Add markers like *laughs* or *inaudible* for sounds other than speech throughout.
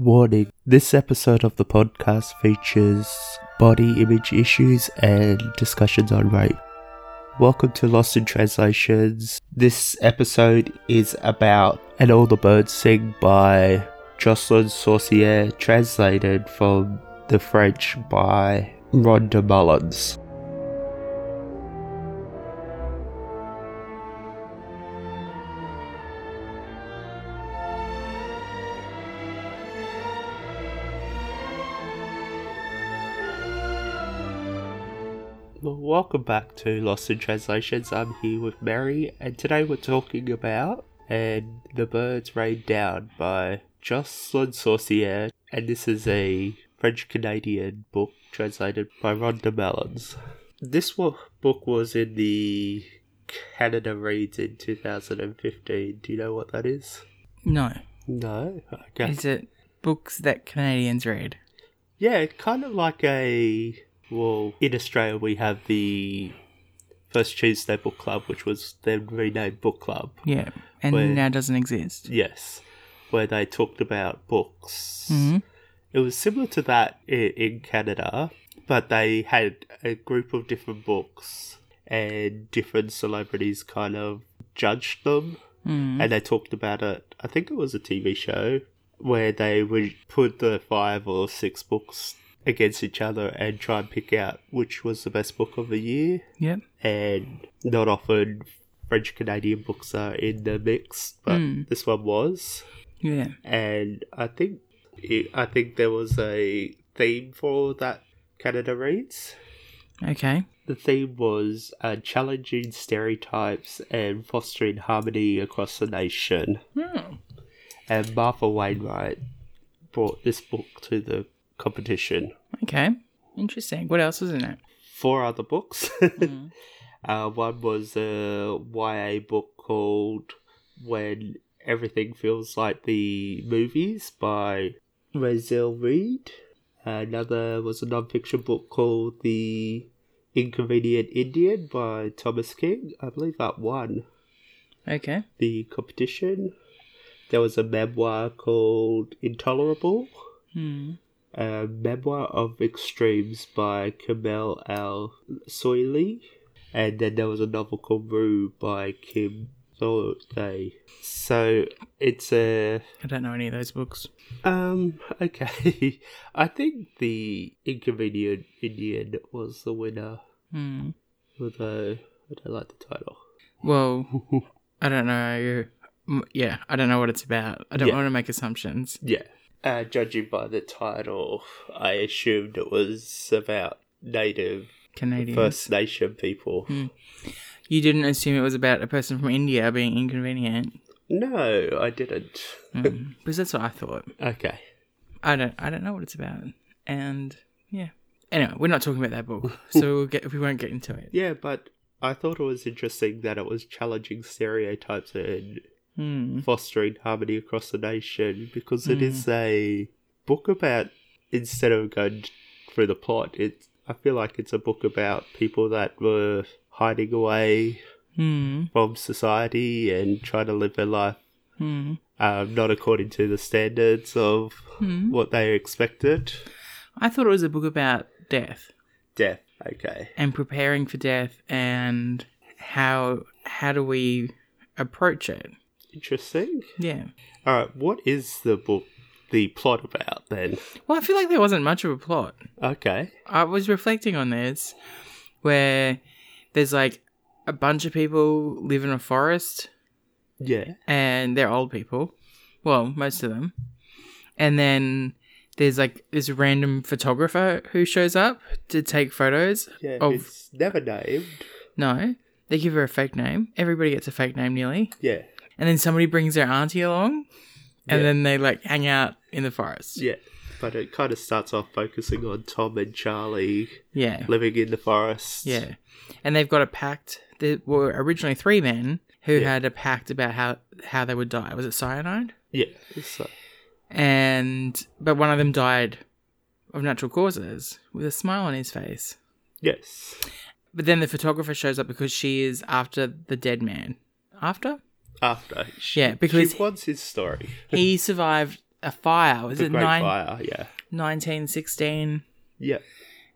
Warning this episode of the podcast features body image issues and discussions on rape. Welcome to Lost in Translations. This episode is about And All the Birds Sing by Jocelyn Saucier, translated from the French by Rhonda Mullins. Well, welcome back to Lost in Translations. I'm here with Mary, and today we're talking about And the Birds Rain Down by Jocelyn Saucier, and this is a French Canadian book translated by Rhonda Mallons. This wa- book was in the Canada Reads in 2015. Do you know what that is? No. No? Okay. Is it books that Canadians read? Yeah, it's kind of like a. Well, in Australia, we have the First Tuesday Book Club, which was then renamed Book Club. Yeah. And Where- now doesn't exist. Yes, where they talked about books. Mhm. It was similar to that i- in Canada, but they had a group of different books and different celebrities kind of judged them Mm. and they talked about it. I think it was a TV show where they would put the five or six books against each other and try and pick out which was the best book of the year. Yep. And not often French Canadian books are in the mix, but Mm. this one was. Yeah. And I think it, I think there was a theme for that Canada reads. Okay. The theme was uh, challenging stereotypes and fostering harmony across the nation Hmm. and Martha Wainwright brought this book to the competition. Okay. Interesting. What else was *laughs* in it? Four other books. *laughs* Mm. uh, one was a YA book called When Everything Feels Like the Movies by Razel Reed. Another was a non-fiction book called The Inconvenient Indian by Thomas King. I believe that won Okay. the competition. There was a memoir called Intolerable. Hmm. A Memoir of Extremes by Kamel Al Soili. And then there was a novel called Rue by Kim Thornday. So it's a. I don't know any of those books. Um, okay. *laughs* I think the Inconvenient Indian was the winner, Hmm. although I don't like the title. Well, I don't know. Mm, Yeah, I don't know what it's about. I don't Yeah. want to make assumptions. Yeah. Uh, judging by the title, I assumed it was about native Canadians. First Nation people. You didn't assume it was about a person from India being inconvenient. No, I didn't. *laughs* Mm. because that's what I thought. Okay. I don't I don't know what it's about. And yeah. Anyway, we're not talking about that book. So we'll get we won't get into it. Yeah, but I thought it was interesting that it was challenging stereotypes and Hmm. fostering harmony across the nation because it is a book about instead of going through the plot, it's I feel like it's a book about people that were hiding away Hmm. from society and trying to live their life Hmm. um, not according to the standards of Hmm. what they expected. I thought it was a book about death Death. Okay. and preparing for death and how how do we approach it? Interesting. Yeah. All right. What is the book, the plot about then? Well, I feel like there wasn't much of a plot. Okay. I was reflecting on this where there's like a bunch of people live in a forest Yeah. and they're old people. Well, most of them. And then there's like this random photographer who shows up to take photos. Yeah. Of- It's never named. No, they give her a fake name. Everybody gets a fake name nearly. Yeah. And then somebody brings their auntie along. And Yeah. then they like hang out in the forest. Yeah. But it kind of starts off focusing on Tom and Charlie Yeah. living in the forest. Yeah. And they've got a pact. There were originally three men who Yeah. had a pact about how, how they would die. Was it cyanide? Yeah. So, and but one of them died of natural causes with a smile on his face. yes. But then the photographer shows up because she is after the dead man. After After. She, Yeah, because- She wants his story. *laughs* he survived a fire. Was the it Great nine, Fire, yeah. 1916? Yeah.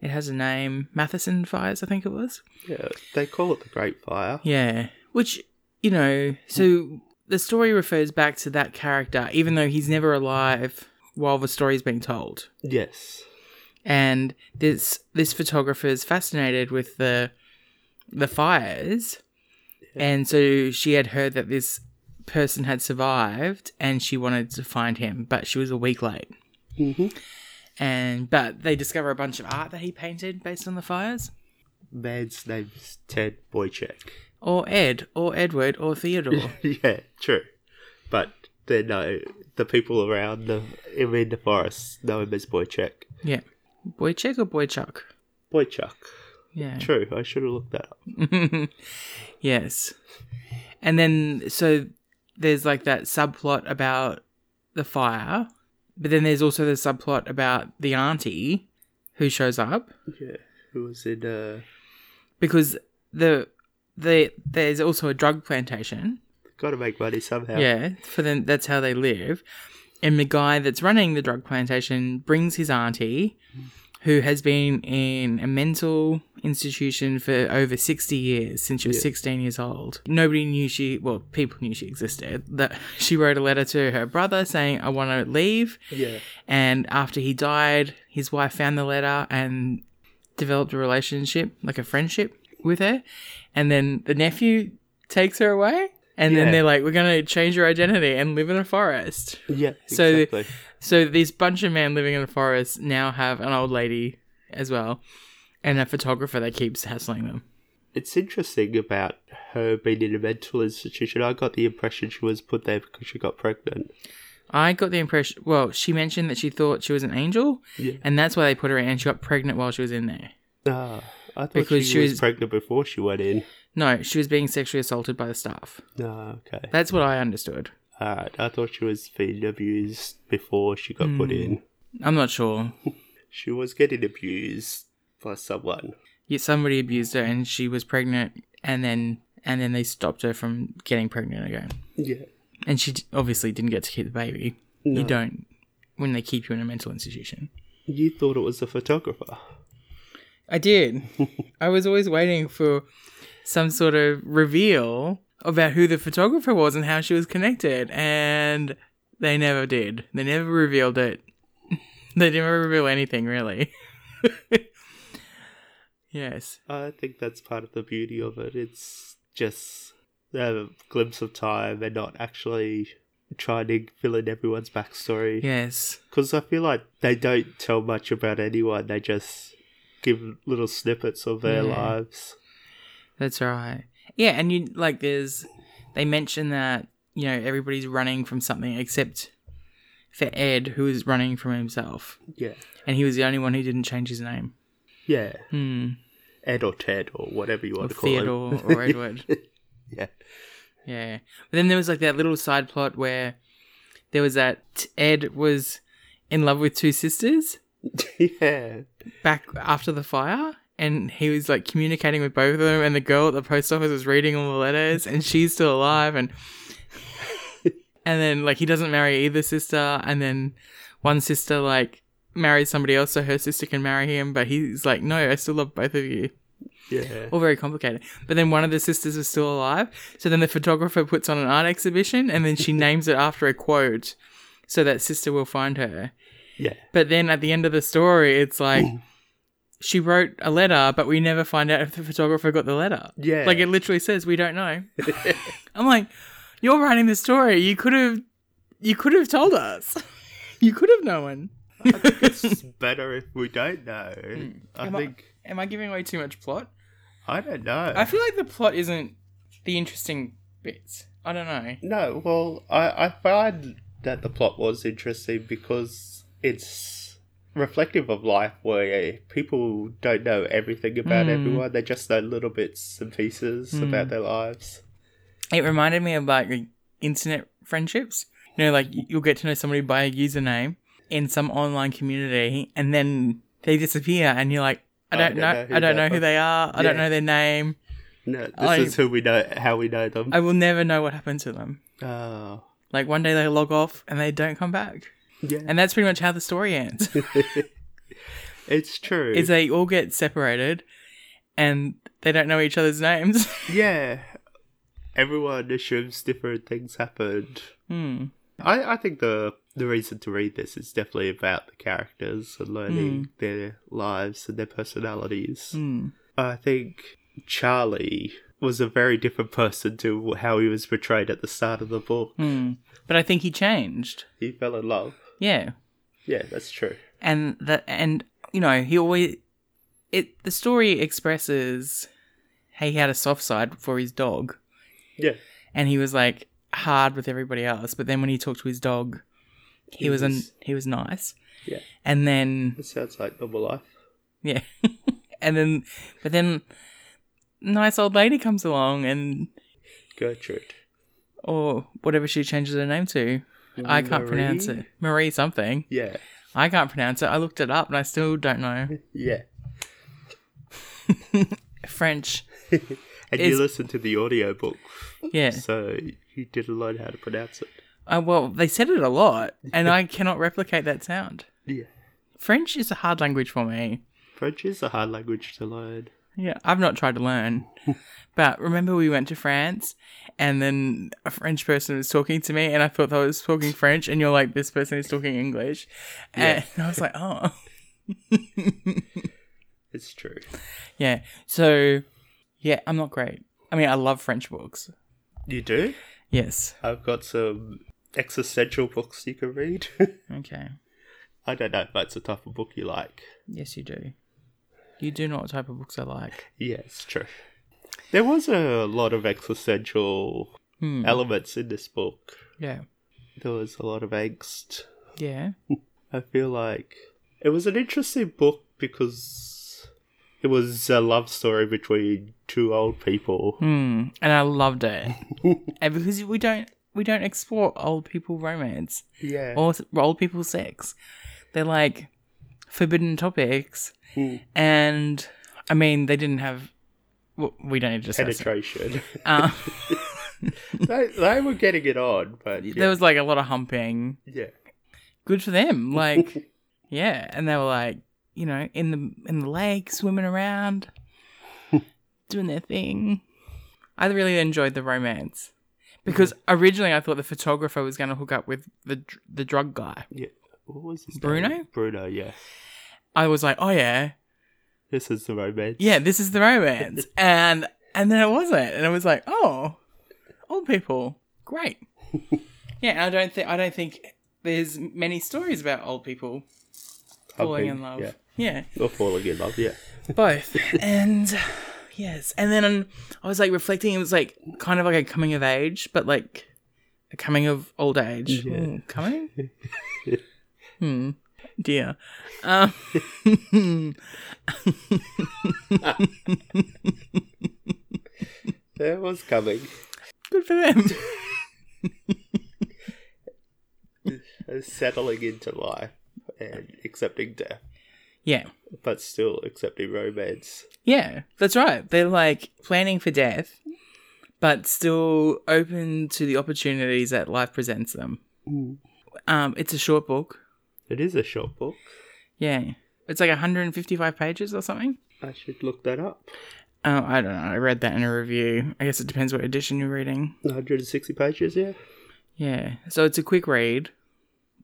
It has a name. Matheson fires, I think it was. Yeah. They call it the Great Fire. Yeah. Which, you know, so the story refers back to that character, even though he's never alive while the story's being told. Yes. And this this photographer is fascinated with the the fires. And so she had heard that this person had survived and she wanted to find him, but she was a week late. Mm-hmm. And but they discover a bunch of art that he painted based on the fires. Man's name's Ted Boychek. Or Ed, or Edward, or Theodore. *laughs* yeah, true. But they know the people around the him in the forest know him as Boychek. yeah. Boychek or Boychuk? Boychuk. Yeah. True. I should have looked that up. *laughs* yes. And then so there's like that subplot about the fire, but then there's also the subplot about the auntie who shows up Yeah. Who was in uh, because the the there's also a drug plantation. Got to make money somehow. Yeah, for them that's how they live. And the guy that's running the drug plantation brings his auntie who has been in a mental institution for over 60 years since she was Yeah. 16 years old. Nobody knew she, well, people knew she existed. That she wrote a letter to her brother saying, "I want to leave." Yeah. And after he died, his wife found the letter and developed a relationship, like a friendship with her. And then the nephew takes her away. And Yeah. then they're like, we're going to change your identity and live in a forest. *laughs* Yeah. So- exactly. So these bunch of men living in a forest now have an old lady as well and a photographer that keeps hassling them. it's interesting about her being in a mental institution. I got the impression she was put there because she got pregnant. I got the impression, well, she mentioned that she thought she was an angel Yeah. and that's why they put her in and she got pregnant while she was in there. Ah, I thought Because she, she was, was- pregnant before she went in. No, she was being sexually assaulted by the staff. Ah, okay. That's what I understood. Alright, I thought she was being abused before she got Hmm. put in. I'm not sure. She was getting abused by someone. Yet somebody abused her and she was pregnant and then and then they stopped her from getting pregnant again. Yeah. And she d- obviously didn't get to keep the baby. You don't when they keep you in a mental institution. You thought it was a photographer. I did. I was always waiting for some sort of reveal about who the photographer was and how she was connected, and they never did. They never revealed it. *laughs* they never reveal anything really. *laughs* yes. I think that's part of the beauty of it. It's just a glimpse of time and not actually trying to fill in everyone's backstory. Yes. Because I feel like they don't tell much about anyone, they just give little snippets of their Yeah. lives. That's right. Yeah, and you like there's they mention that, you know, everybody's running from something except for Ed who is running from himself. Yeah. And he was the only one who didn't change his name. Yeah. Hmm. Ed or Ted or whatever you Or want to call *laughs* Theodore him. or Edward. yeah. Yeah. But then there was like that little side plot where there was that t- Ed was in love with two sisters yeah. back after the fire. And he was like communicating with both of them, and the girl at the post office was reading all the letters, and she's still alive. And and then like he doesn't marry either sister, and then one sister like marries somebody else, so her sister can marry him. But he's like, no, I still love both of you. Yeah. *laughs* all very complicated. But then one of the sisters is still alive. So then the photographer puts on an art exhibition and *laughs* then she names it after a quote so that sister will find her. Yeah. But then at the end of the story, *clears throat* it's like she wrote a letter, but we never find out if the photographer got the letter. Yeah. Like it literally says, we *laughs* don't know. I'm like, you're writing the story. You could have, you could have told us. *laughs* You could have known. it's better if we don't *laughs* know. Hmm. I Am I- think. Am I giving away too much plot? I don't know. I feel like the plot isn't the interesting bits. I don't know. No, well, I, I find that the plot was interesting because it's reflective of life where people don't know everything about Mm. everyone, they just know little bits and pieces Hmm. about their lives. It reminded me of like the internet friendships. You know, like you'll get to know somebody by a username in some online community, and then they disappear, and you're like, I don't, know, who I don't that know who was. they are. I don't Yeah. know their name. No, this I- is who we know, how we know them. I will never know what happened to them. oh, Like one day they log off and they don't come back. Yeah. And that's pretty much how the story ends. it's true. is they all get separated and they don't know each other's names. yeah. Everyone assumes different things happened. Hmm. I, I think the the reason to read this is definitely about the characters and learning their lives and their personalities. Hmm. I think Charlie was a very different person to how he was portrayed at the start of the book. Hmm. *laughs* But I think he changed. He fell in love. Yeah. Yeah, that's true. and that and you know he always it the story expresses how he had a soft side for his dog Yeah. and he was like hard with everybody else but then when he talked to his dog he, He was, an, was- he was nice Yeah. and then It sounds like normal life. yeah *laughs* and then but then nice old lady comes along and Gertrude. or whatever she changes her name to i can't pronounce Marie? it marie something Yeah. i can't pronounce it i looked it up and i still don't know *laughs* Yeah. french And you It's- listen to the audiobook, yeah so you didn't learn how to pronounce it. Uh, well, they said it a lot, and *laughs* I cannot replicate that sound. Yeah. French is a hard language for me. French is a hard language to learn. Yeah, I've not tried to *laughs* learn. But remember, we went to France, and then a French person was talking to me, and I thought they was talking French, and you're like, this person is talking English. And I was like, oh. *laughs* It's true. Yeah. So, yeah, I'm not great. I mean, I love French books. You do? Yes. I've got some existential books you can read. *laughs* Okay. I don't know if that's the type of book you like. Yes, you do. You do know what type of books I like. Yeah, it's true. There was a lot of existential Hmm. elements in this book. Yeah. There was a lot of angst. Yeah. I feel like it was an interesting book because it was a love story between two old people. Hmm, and I *laughs* loved it, and because we don't we don't explore old people romance Yeah. or s- old people sex. They're like forbidden topics, Mm. and I mean they didn't have. Well, we don't need to discuss. It. Penetration. Um, *laughs* *laughs* they, they were getting it on, but yeah. There was like a lot of humping. yeah. Good for them. Like, yeah, and they were like, you know, in the in the lake, swimming around, doing their thing. I really enjoyed the romance because originally I thought the photographer was going to hook up with the dr- the drug guy. yeah. What was his Bruno? name? Bruno, yeah. I was like, oh yeah, This is the romance. yeah, this is the romance, and and then it wasn't, and I was like, oh, old people, great. yeah, and I don't think I don't think there's many stories about old people falling Humping, in love. Yeah. yeah. Or falling in love, yeah. both and yes and then um, i was like reflecting it was like kind of like a coming of age but like a coming of old age Yeah. Ooh, coming hmm dear *laughs* um, It was coming. good for them uh, Settling into life and accepting death, yeah but still accepting romance. yeah that's right they're like planning for death but still open to the opportunities that life presents them um it's a short book It is a short book. yeah it's like 155 pages or something I should look that up. Oh, I don't know. I read that in a review. I guess it depends what edition you're reading. 160 pages, yeah? Yeah. So it's a quick read.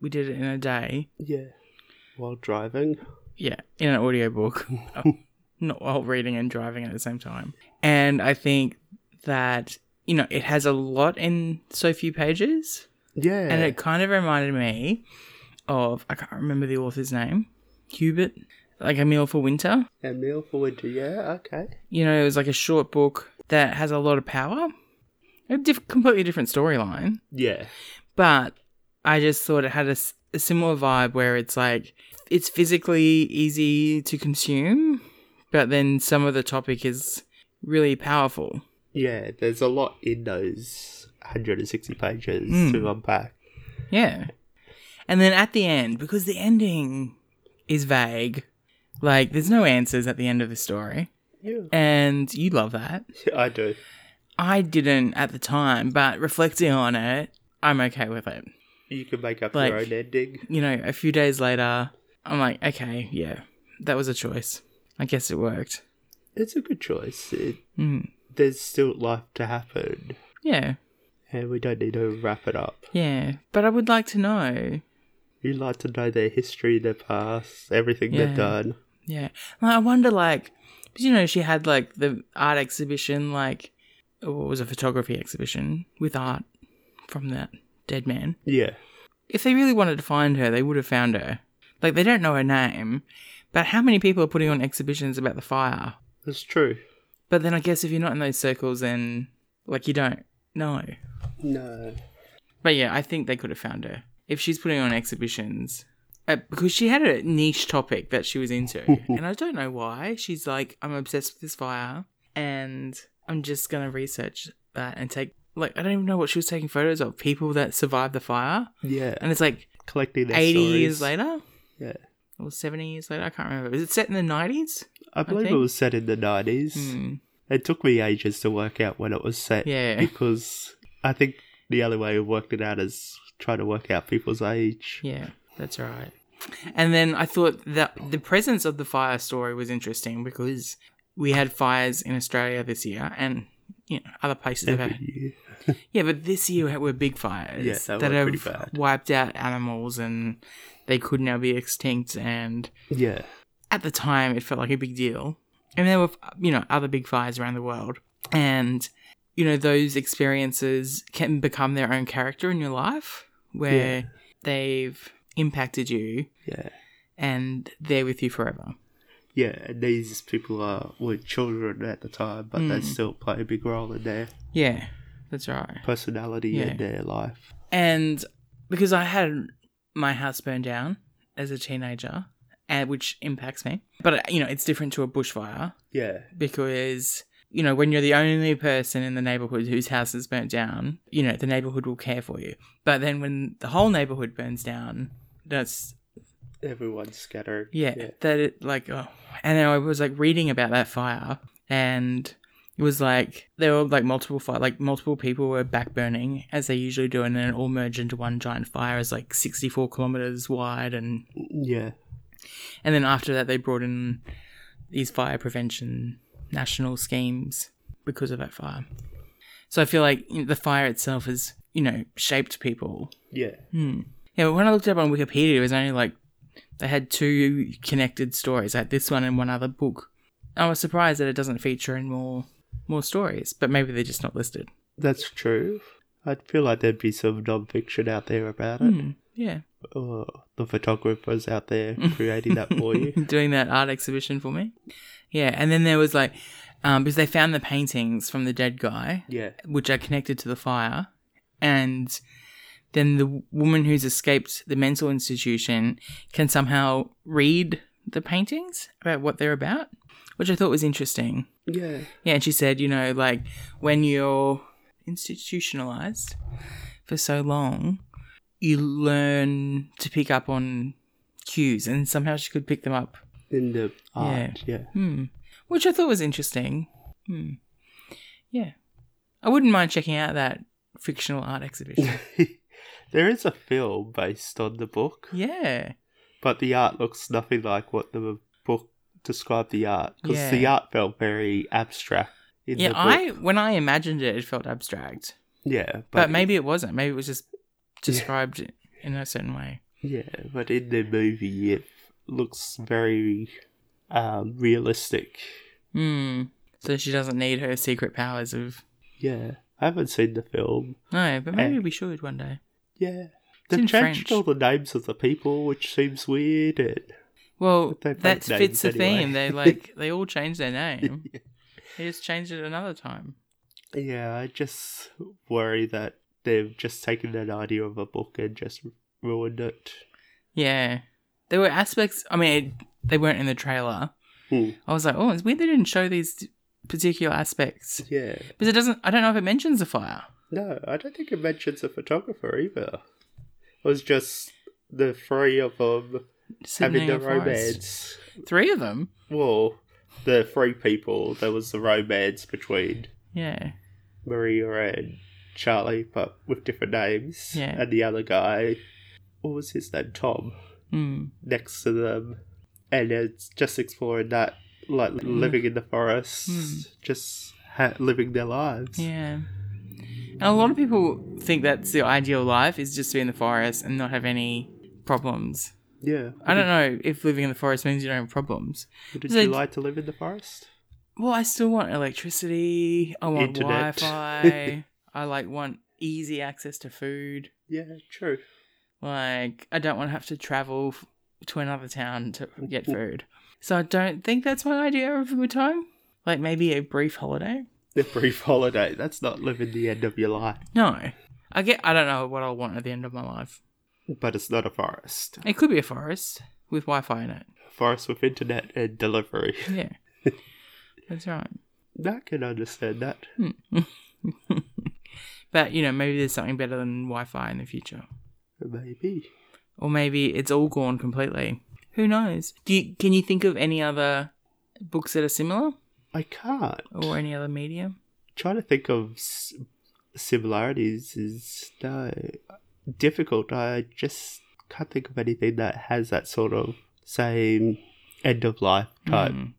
We did it in a day. Yeah. While driving. Yeah, in an audiobook. Oh, Not while reading and driving at the same time. And I think that, you know, it has a lot in so few pages. Yeah. And it kind of reminded me of, I can't remember the author's name, Hubert, like A Meal for Winter. A meal for winter, yeah, okay. You know, it was like a short book that has a lot of power. A diff- completely different storyline. Yeah. but I just thought it had a, s- a similar vibe where it's like it's physically easy to consume, but then some of the topic is really powerful. Yeah, there's a lot in those 160 pages Mm. to unpack. Yeah. And then at the end, because the ending is vague, like there's no answers at the end of the story. Yeah. And you love that. I do. I didn't at the time, but reflecting on it, I'm okay with it. You can make up Like- your own ending. You know, a few days later, I'm like, okay, yeah, that was a choice. I guess it worked. It's a good choice. It, Mm. there's still life to happen, Yeah, and we don't need to wrap it up. yeah. But I would like to know. You'd like to know their history, their past, everything Yeah. they've done. Yeah. Like, I wonder, like, 'cause, you know, she had, like, the art exhibition, like, or it was a photography exhibition with art from that dead man. Yeah. If they really wanted to find her, they would have found her. Like, they don't know her name, but how many people are putting on exhibitions about the fire? That's true. But then I guess if you're not in those circles, then, like, you don't know. No. But yeah, I think they could have found her. If she's putting on exhibitions, uh, because she had a niche topic that she *laughs* was into. and I don't know why. She's like, I'm obsessed with this fire and I'm just going to research that and take, like, I don't even know what she was taking photos of people that survived the fire. Yeah. And it's like Collecting their 80 stories. years later Yeah. or 70 years later. I can't remember. Is it set in the 90s? I believe it think- was set in the 90s. Hmm. It took me ages to work out when it was set. Yeah. Because I think the only way of working it out is trying to work out people's age. Yeah, that's right. And then I thought that the presence of the fire story was interesting because we had fires in Australia this year and you know other places. have Every had- year. Yeah, but this year were big fires Yeah, they that were have pretty bad. wiped out animals and they could now be extinct. And Yeah. at the time, it felt like a big deal. And there were you know other big fires around the world, and you know those experiences can become their own character in your life where they've impacted you Yeah. and they're with you forever. Yeah. And these people are were children at the time, but they Mm. still play a big role in their Yeah, that's right. personality Yeah. and their life. And because I had my house burned down as a teenager, and which impacts me, but you know, it's different to a bushfire Yeah. because you know, when you're the only person in the neighborhood whose house is burnt down, you know, the neighborhood will care for you. But then when the whole neighborhood burns down, that's Everyone's scattered. Yeah, that it like oh, and then I was like reading about that fire, and it was like there were like multiple fire, like multiple people were backburning as they usually do, and then it all merged into one giant fire, as like sixty four kilometers wide, and Yeah. and then after that they brought in these fire prevention national schemes because of that fire. So I feel like you know, the fire itself has you know shaped people Yeah. Hmm. Yeah, but when I looked it up on Wikipedia, it was only like they had two connected stories, like this one and one other book. I was surprised that it doesn't feature in more more stories, but maybe they're just not listed. That's true. I'd feel like there'd be some non-fiction out there about it. Hmm. Yeah, Or the photographers out *laughs* there creating that for you. doing that art exhibition for me. Yeah, and then there was like um, because they found the paintings from the dead guy, Yeah. which are connected to the fire, and then the woman who's escaped the mental institution can somehow read the paintings about what they're about, which I thought was interesting. Yeah. Yeah, and she said, you know, like when you're institutionalized for so long, you learn to pick up on cues, and somehow she could pick them up. In the art. Yeah. Hmm. Which I thought was interesting. Hmm. Yeah. I wouldn't mind checking out that fictional *laughs* art exhibition. there is a film based on the book, yeah. but the art looks nothing like what the book described the art because Yeah. the art felt very abstract. In Yeah, the book. I when I imagined it, it felt abstract. yeah, but, But, maybe it wasn't. Maybe it was just described in a certain way. yeah, but in the movie it looks very um, realistic. Hmm. So she doesn't need her secret powers of Yeah, I haven't seen the film. No, but maybe Eh. we should one day. Yeah, they in changed French. all the names of the people, which seems weird. And Well, But they that broke fits the names anyway. theme. They *laughs* like they all changed their name. They just changed it another time. Yeah, I just worry that they've just taken an idea of a book and just ruined it. Yeah, there were aspects. I mean, it, they weren't in the trailer. Hmm. I was like, oh, it's weird they didn't show these particular aspects Yeah. because it doesn't. I don't know if it mentions the fire. No, I don't think it mentions a photographer either. It was just the three of them Sitting having in the a forest. romance. Three of them. Well, the three people, there was the romance between Yeah. Maria and Charlie, but with different names. Yeah. And the other guy, what was his name? Tom, Mm. next to them. And it's just exploring that, like living in the forest, Mm. just ha- living their lives. Yeah. And a lot of people think that's the ideal life is just to be in the forest and not have any problems. Yeah. I don't know if living in the forest means you don't have problems. Would you So- like to live in the forest? Well, I still want electricity. I want Internet. *laughs* Wi-Fi. I like want easy access to food. Yeah, true. *laughs* Like I don't want to have to travel f- to another town to get food. So I don't think that's my idea of a good time. Like maybe a brief holiday. The brief holiday. That's not living the end of your life, No, I get. I don't know what I'll want at the end of my life. but it's not a forest. It could be a forest with Wi-Fi in it. Forest with internet and delivery. Yeah, that's right. I can understand that. But you know, maybe there's something better than Wi-Fi in the future. Maybe. or maybe it's all gone completely. Who knows? Do you, can you think of any other books that are similar I can't. or any other media? Trying to think of s- similarities is no, difficult. I just can't think of anything that has that sort of same end of life type Mm.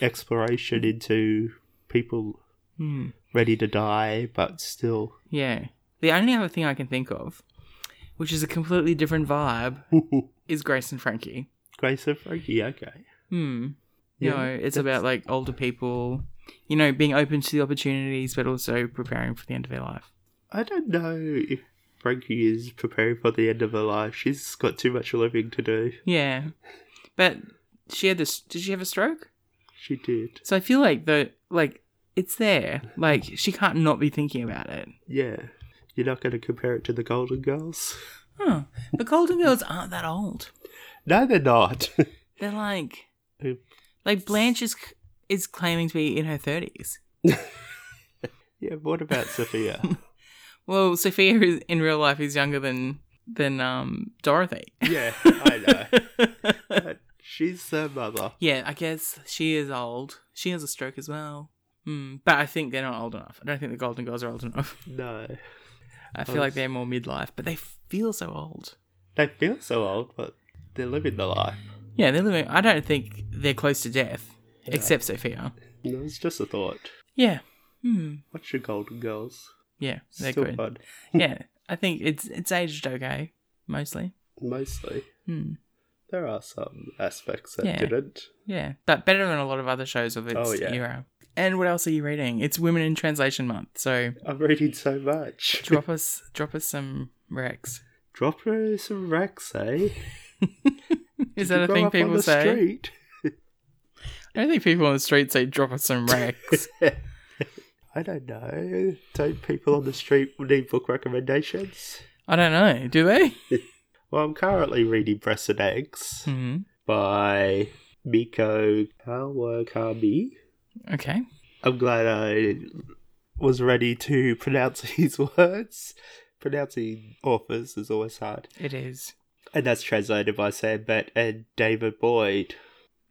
exploration into people Hmm. ready to die but still *laughs* Yeah. The only other thing I can think of, which is a completely different vibe, is Grace and Frankie. Grace and Frankie. Okay. Hmm. Yeah, no, that's- it's about like older people, you know, being open to the opportunities, but also preparing for the end of their life. I don't know if Frankie is preparing for the end of her life. She's got too much living to do. Yeah. But she had this. Did she have a stroke? She did. So I feel like the like it's there. Like she can't not be thinking about it. Yeah. You're not going to compare it to the Golden Girls? Huh. The Golden Girls aren't that old. No, they're *laughs* not. Um, They're like Who- like Blanche is is claiming to be in her thirties. yeah, what about Sophia? *laughs* Well, Sophia is, in real life is younger than than um *laughs* Dorothy. yeah, I know. But *laughs* she's their mother. yeah, I guess she is old. She has a stroke as well. Hmm. but I think they're not old enough. I don't think the Golden Girls are old enough. *laughs* No. I feel like they're more midlife, but they feel so old. They feel so old, but they're living the life. Yeah, they're living. I don't think they're close to death, except Sophia. No, it's just a thought. Yeah. Hmm. Watch your Golden Girls. Yeah, they're Still good. fun. yeah, I think it's it's aged okay mostly. Mostly. Hmm. There are some aspects that Yeah. didn't. Yeah, but better than a lot of other shows of its Oh, yeah. era. And what else are you reading? It's Women in Translation Month, *laughs* so I'm reading so much. drop us drop us some recs. *laughs* Drop her some racks, eh? Did Is that you a grow thing up on people the say? Street? I don't think people on the street say drop us *laughs* some recs. I don't know. Don't people on the street need book recommendations? I don't know. Do they? Well, I'm currently reading Breast and Eggs hmm by Miko Kawakami. Okay. I'm glad I was ready to pronounce *laughs* these words. Pronouncing authors is always hard. It is. And that's translated by Sam Bett and David Boyd.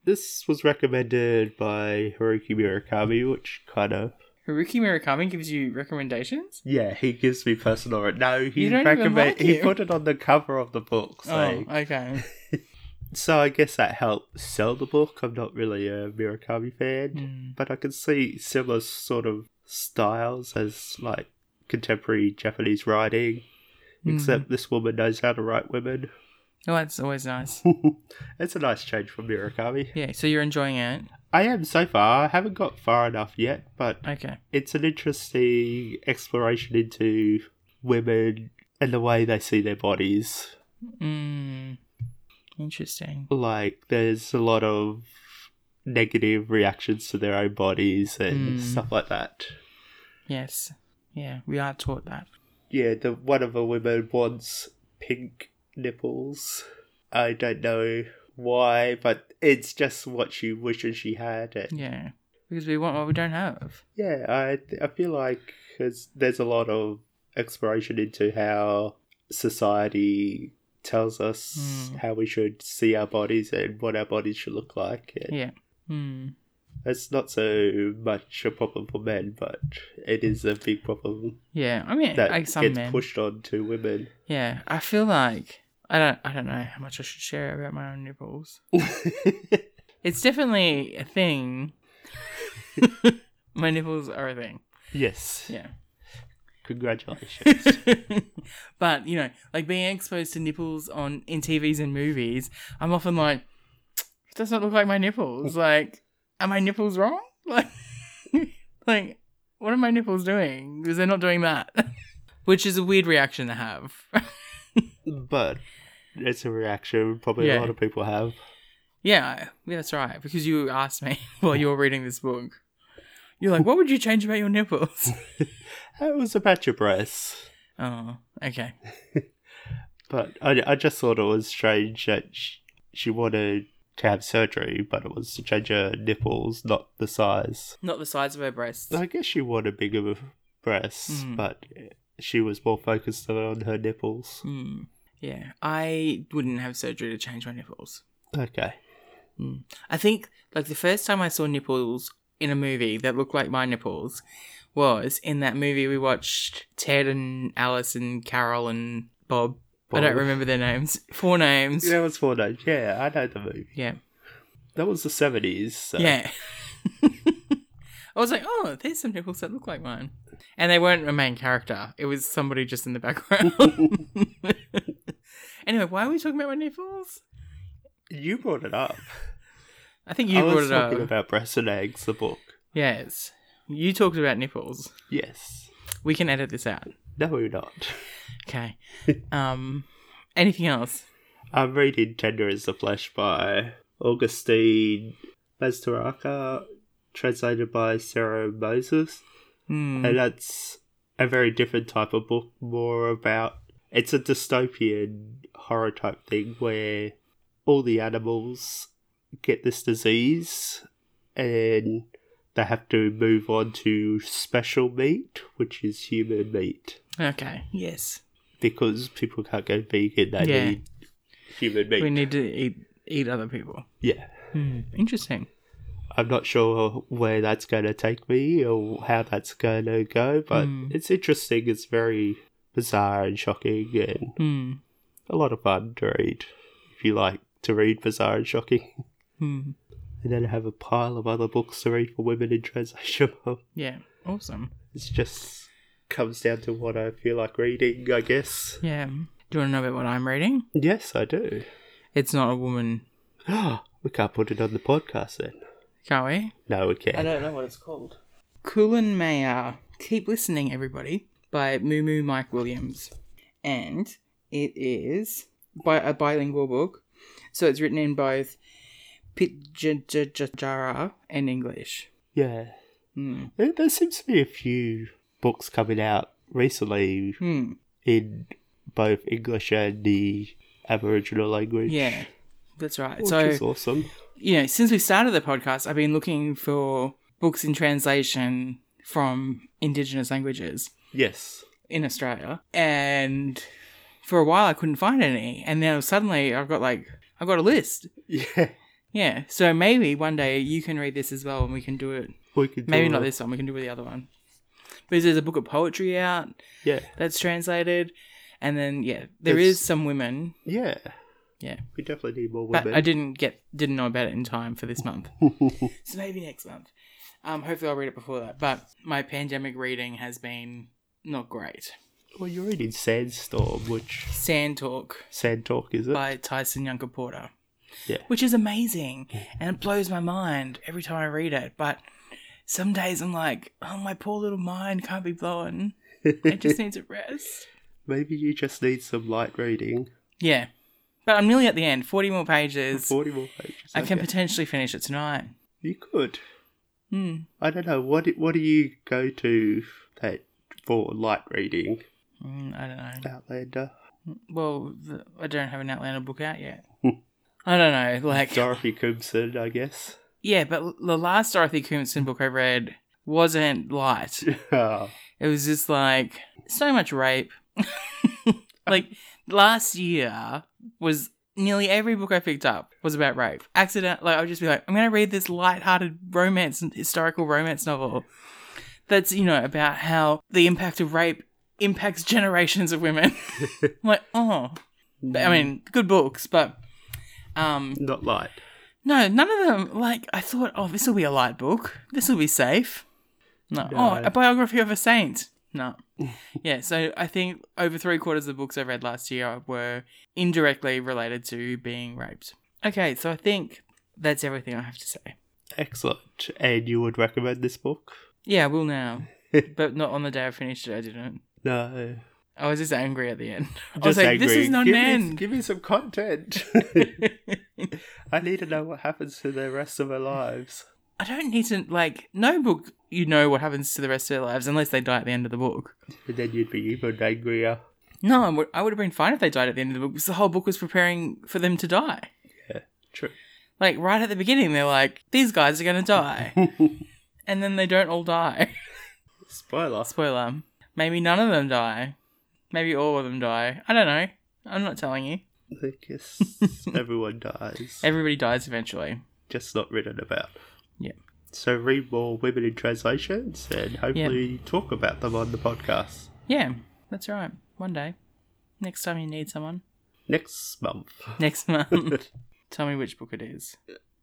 This was recommended by Haruki Murakami, which kind of. Haruki Murakami gives you recommendations? Yeah, he gives me personal. re- No, he You don't even like recommend. He you. put it on the cover of the book. So. *laughs* Oh, okay. So I guess that helped sell the book. I'm not really a Murakami fan, Mm. but I can see similar sort of styles as like contemporary Japanese writing, Hmm. except this woman knows how to write women. *laughs* Oh, that's always nice. it's a nice change from Murakami. Yeah, so you're enjoying it. I am so far. I haven't got far enough yet, but Okay. it's an interesting exploration into women and the way they see their bodies. Mm. Interesting. like there's a lot of negative reactions to their own bodies and Mm. stuff like that. Yes. Yeah, we are taught that. Yeah, the one of the women wants pink nipples. I don't know why, but it's just what she wishes she had. And Yeah. Because we want what we don't have. yeah, I I feel like there's, there's a lot of exploration into how society tells us Mm. how we should see our bodies and what our bodies should look like. And Yeah. Hmm. That's not so much a problem for men, but it is a big problem Yeah, I mean, that like some gets men. pushed on to women. Yeah, I feel like I don't. I don't know how much I should share about my own nipples. *laughs* It's definitely a thing. *laughs* my nipples are a thing. yes. Yeah. *laughs* Congratulations. *laughs* but you know, like being exposed to nipples on in TVs and movies, I'm often like, it does not look like my nipples. Like, are my nipples wrong? *laughs* Like, like, what are my nipples doing? Because they're not doing that. *laughs* Which is a weird reaction to have. *laughs* but it's a reaction probably Yeah. a lot of people have. yeah, yeah, that's right. Because you asked me *laughs* while you were reading this book, you're like, what would you change about your nipples? *laughs* It was about your breasts. oh, okay. But I, I just thought it was strange that she, she wanted to have surgery, but it was to change her nipples, not the size. Not the size of her breasts. I guess she wanted bigger breasts, Mm. but she was more focused on her nipples. Hmm. Yeah, I wouldn't have surgery to change my nipples. Okay. I think like the first time I saw nipples in a movie that looked like my nipples was in that movie we watched Ted and Alice and Carol and Bob. I don't Bob. remember their names. Four names. That was four names. Yeah, I know the movie. Yeah. That was the 70s. So. Yeah. *laughs* I was like, oh, there's some nipples that look like mine. And they weren't a main character. It was somebody just in the background. *laughs* anyway, why are we talking about my nipples? You brought it up. I think you I brought was it up. talking about Breasts and Eggs, the book. Yes. You talked about nipples. Yes. We can edit this out. No, we're not. Okay. Um anything else? I'm reading Tender is the Flesh by Augustine Mazdaraka, translated by Sarah Moses. Hmm. And that's a very different type of book, more about it's a dystopian horror type thing where all the animals get this disease and they have to move on to special meat, which is human meat. Okay. Yes. Because people can't go vegan, they Yeah. need human meat. We need to eat eat other people. yeah. Hmm. Interesting. I'm not sure where that's going to take me or how that's going to go, but Mm. it's interesting. It's very bizarre and shocking and Hmm. a lot of fun to read if you like to read bizarre and *laughs* shocking. Hmm. And then I have a pile of other books to read for women in translation. *laughs* Yeah. Awesome. It's just comes down to what I feel like reading, I guess. Yeah. Do you want to know about what I'm reading? Yes, I do. *gasps* It's not a woman, we can't put it on the podcast then. can we? No, we can't. don't know what it's called. Coolin Mayer. Keep listening, everybody. By Moo Moo Mike Williams. And it is by a bilingual book. So it's written in both Pitjara and English. Yeah. Hmm. There, there seems to be a few books coming out recently Hmm. in both English and the Aboriginal language. Yeah. That's right. Which so is awesome. you know, since we started the podcast, I've been looking for books in translation from Indigenous languages. Yes. *laughs* in Australia, and for a while I couldn't find any, and now suddenly I've got like I've got a list. Yeah. Yeah, so maybe one day you can read this as well, and we can do it. We could Maybe do not a- this one. We can do the other one. Because there's a book of poetry out Yeah. that's translated, and then yeah, there There's- is some women, Yeah. Yeah. We definitely need more but women. I didn't get didn't know about it in time for this *laughs* month. so maybe next month. Um, hopefully I'll read it before that. But my pandemic reading has been not great. well, you're reading Sandstorm, which Sand Talk Sand Talk is it? by Tyson Younger Porter. Yeah. Which is amazing. And it blows my mind every time I read it. But some days I'm like, oh, my poor little mind can't be blown. *laughs* It just needs a rest. Maybe you just need some light reading. Yeah. But I'm nearly at the end 40 more pages. Forty more pages. I can okay. potentially finish it tonight. You could. Hmm. I don't know. What do- What do you go to that for light reading, Mm, I don't know. Outlander? Well, th- I don't have an Outlander book out yet. I don't know. Like, Dorothy Coombson, I guess. *laughs* yeah, but l- the last Dorothy Coombson book I read wasn't light. Oh, It was just like *laughs* so much rape. like last year was nearly every book I picked up was about rape. Accident, like I would just be like, I'm going to read this light-hearted romance, historical romance novel that's you know about how the impact of rape impacts *laughs* generations of women. I'm like, oh, But, I mean, good books, but um, mm, Not light. no, none of them. Like I thought, oh, this will be a light book. This will be safe. No. Oh, No. a biography of a saint. No. *laughs* yeah. So I think over three quarters of the books I read last year were indirectly related to being raped. Okay, so I think that's everything I have to say. Excellent. And you would recommend this book? Yeah, I *laughs* will now, but not on the day I finished it. I didn't. No. I was just angry at the end. *laughs* I was Just like, angry. this is not give an Me, end. give me some *laughs* content. *laughs* I need to know what happens to the rest of their lives. I don't need to like no book. You know what happens to the rest of their lives unless they die at the end of the book. And then you'd be even angrier. No, I would, I would have been fine if they died at the end of the book because the whole book was preparing for them to die. *laughs* True. Like right at the beginning, they're like, "These guys are gonna die," and then they don't all die. *laughs* Spoiler. Spoiler: maybe none of them die. Maybe all of them die. I don't know. I'm not telling you. I *laughs* guess everyone dies. Everybody dies eventually. Just not written about. Yeah. So read more women in translations and hopefully talk about them on the podcast Yeah, that's right. One day, next time you need someone, next month. *laughs* next *laughs* month, tell me which book it is.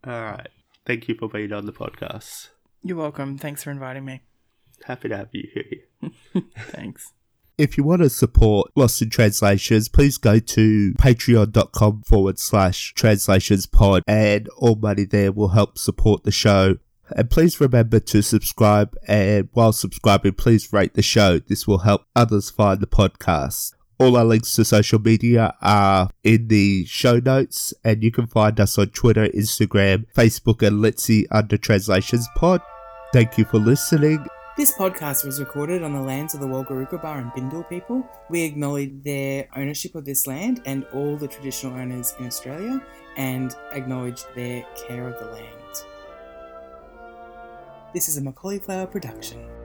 All right. Thank you for being on the podcast. You're welcome. Thanks for inviting me. *laughs* Happy to have you here. Thanks. If you want to support Lost in Translations, please go to patreon.com forward slash translations pod, and all money there will help support the show. And please remember to subscribe, and while subscribing, please rate the show. This will help others find the podcast. All our links to social media are in the show notes, and you can find us on Twitter, Instagram, Facebook, and Litzy under Translations Pod. Thank you for listening, This podcast was recorded on the lands of the Walgarukabar and Bindal people. We acknowledge their ownership of this land and all the traditional owners in Australia and acknowledge their care of the land. This is a Macaulay Flower production.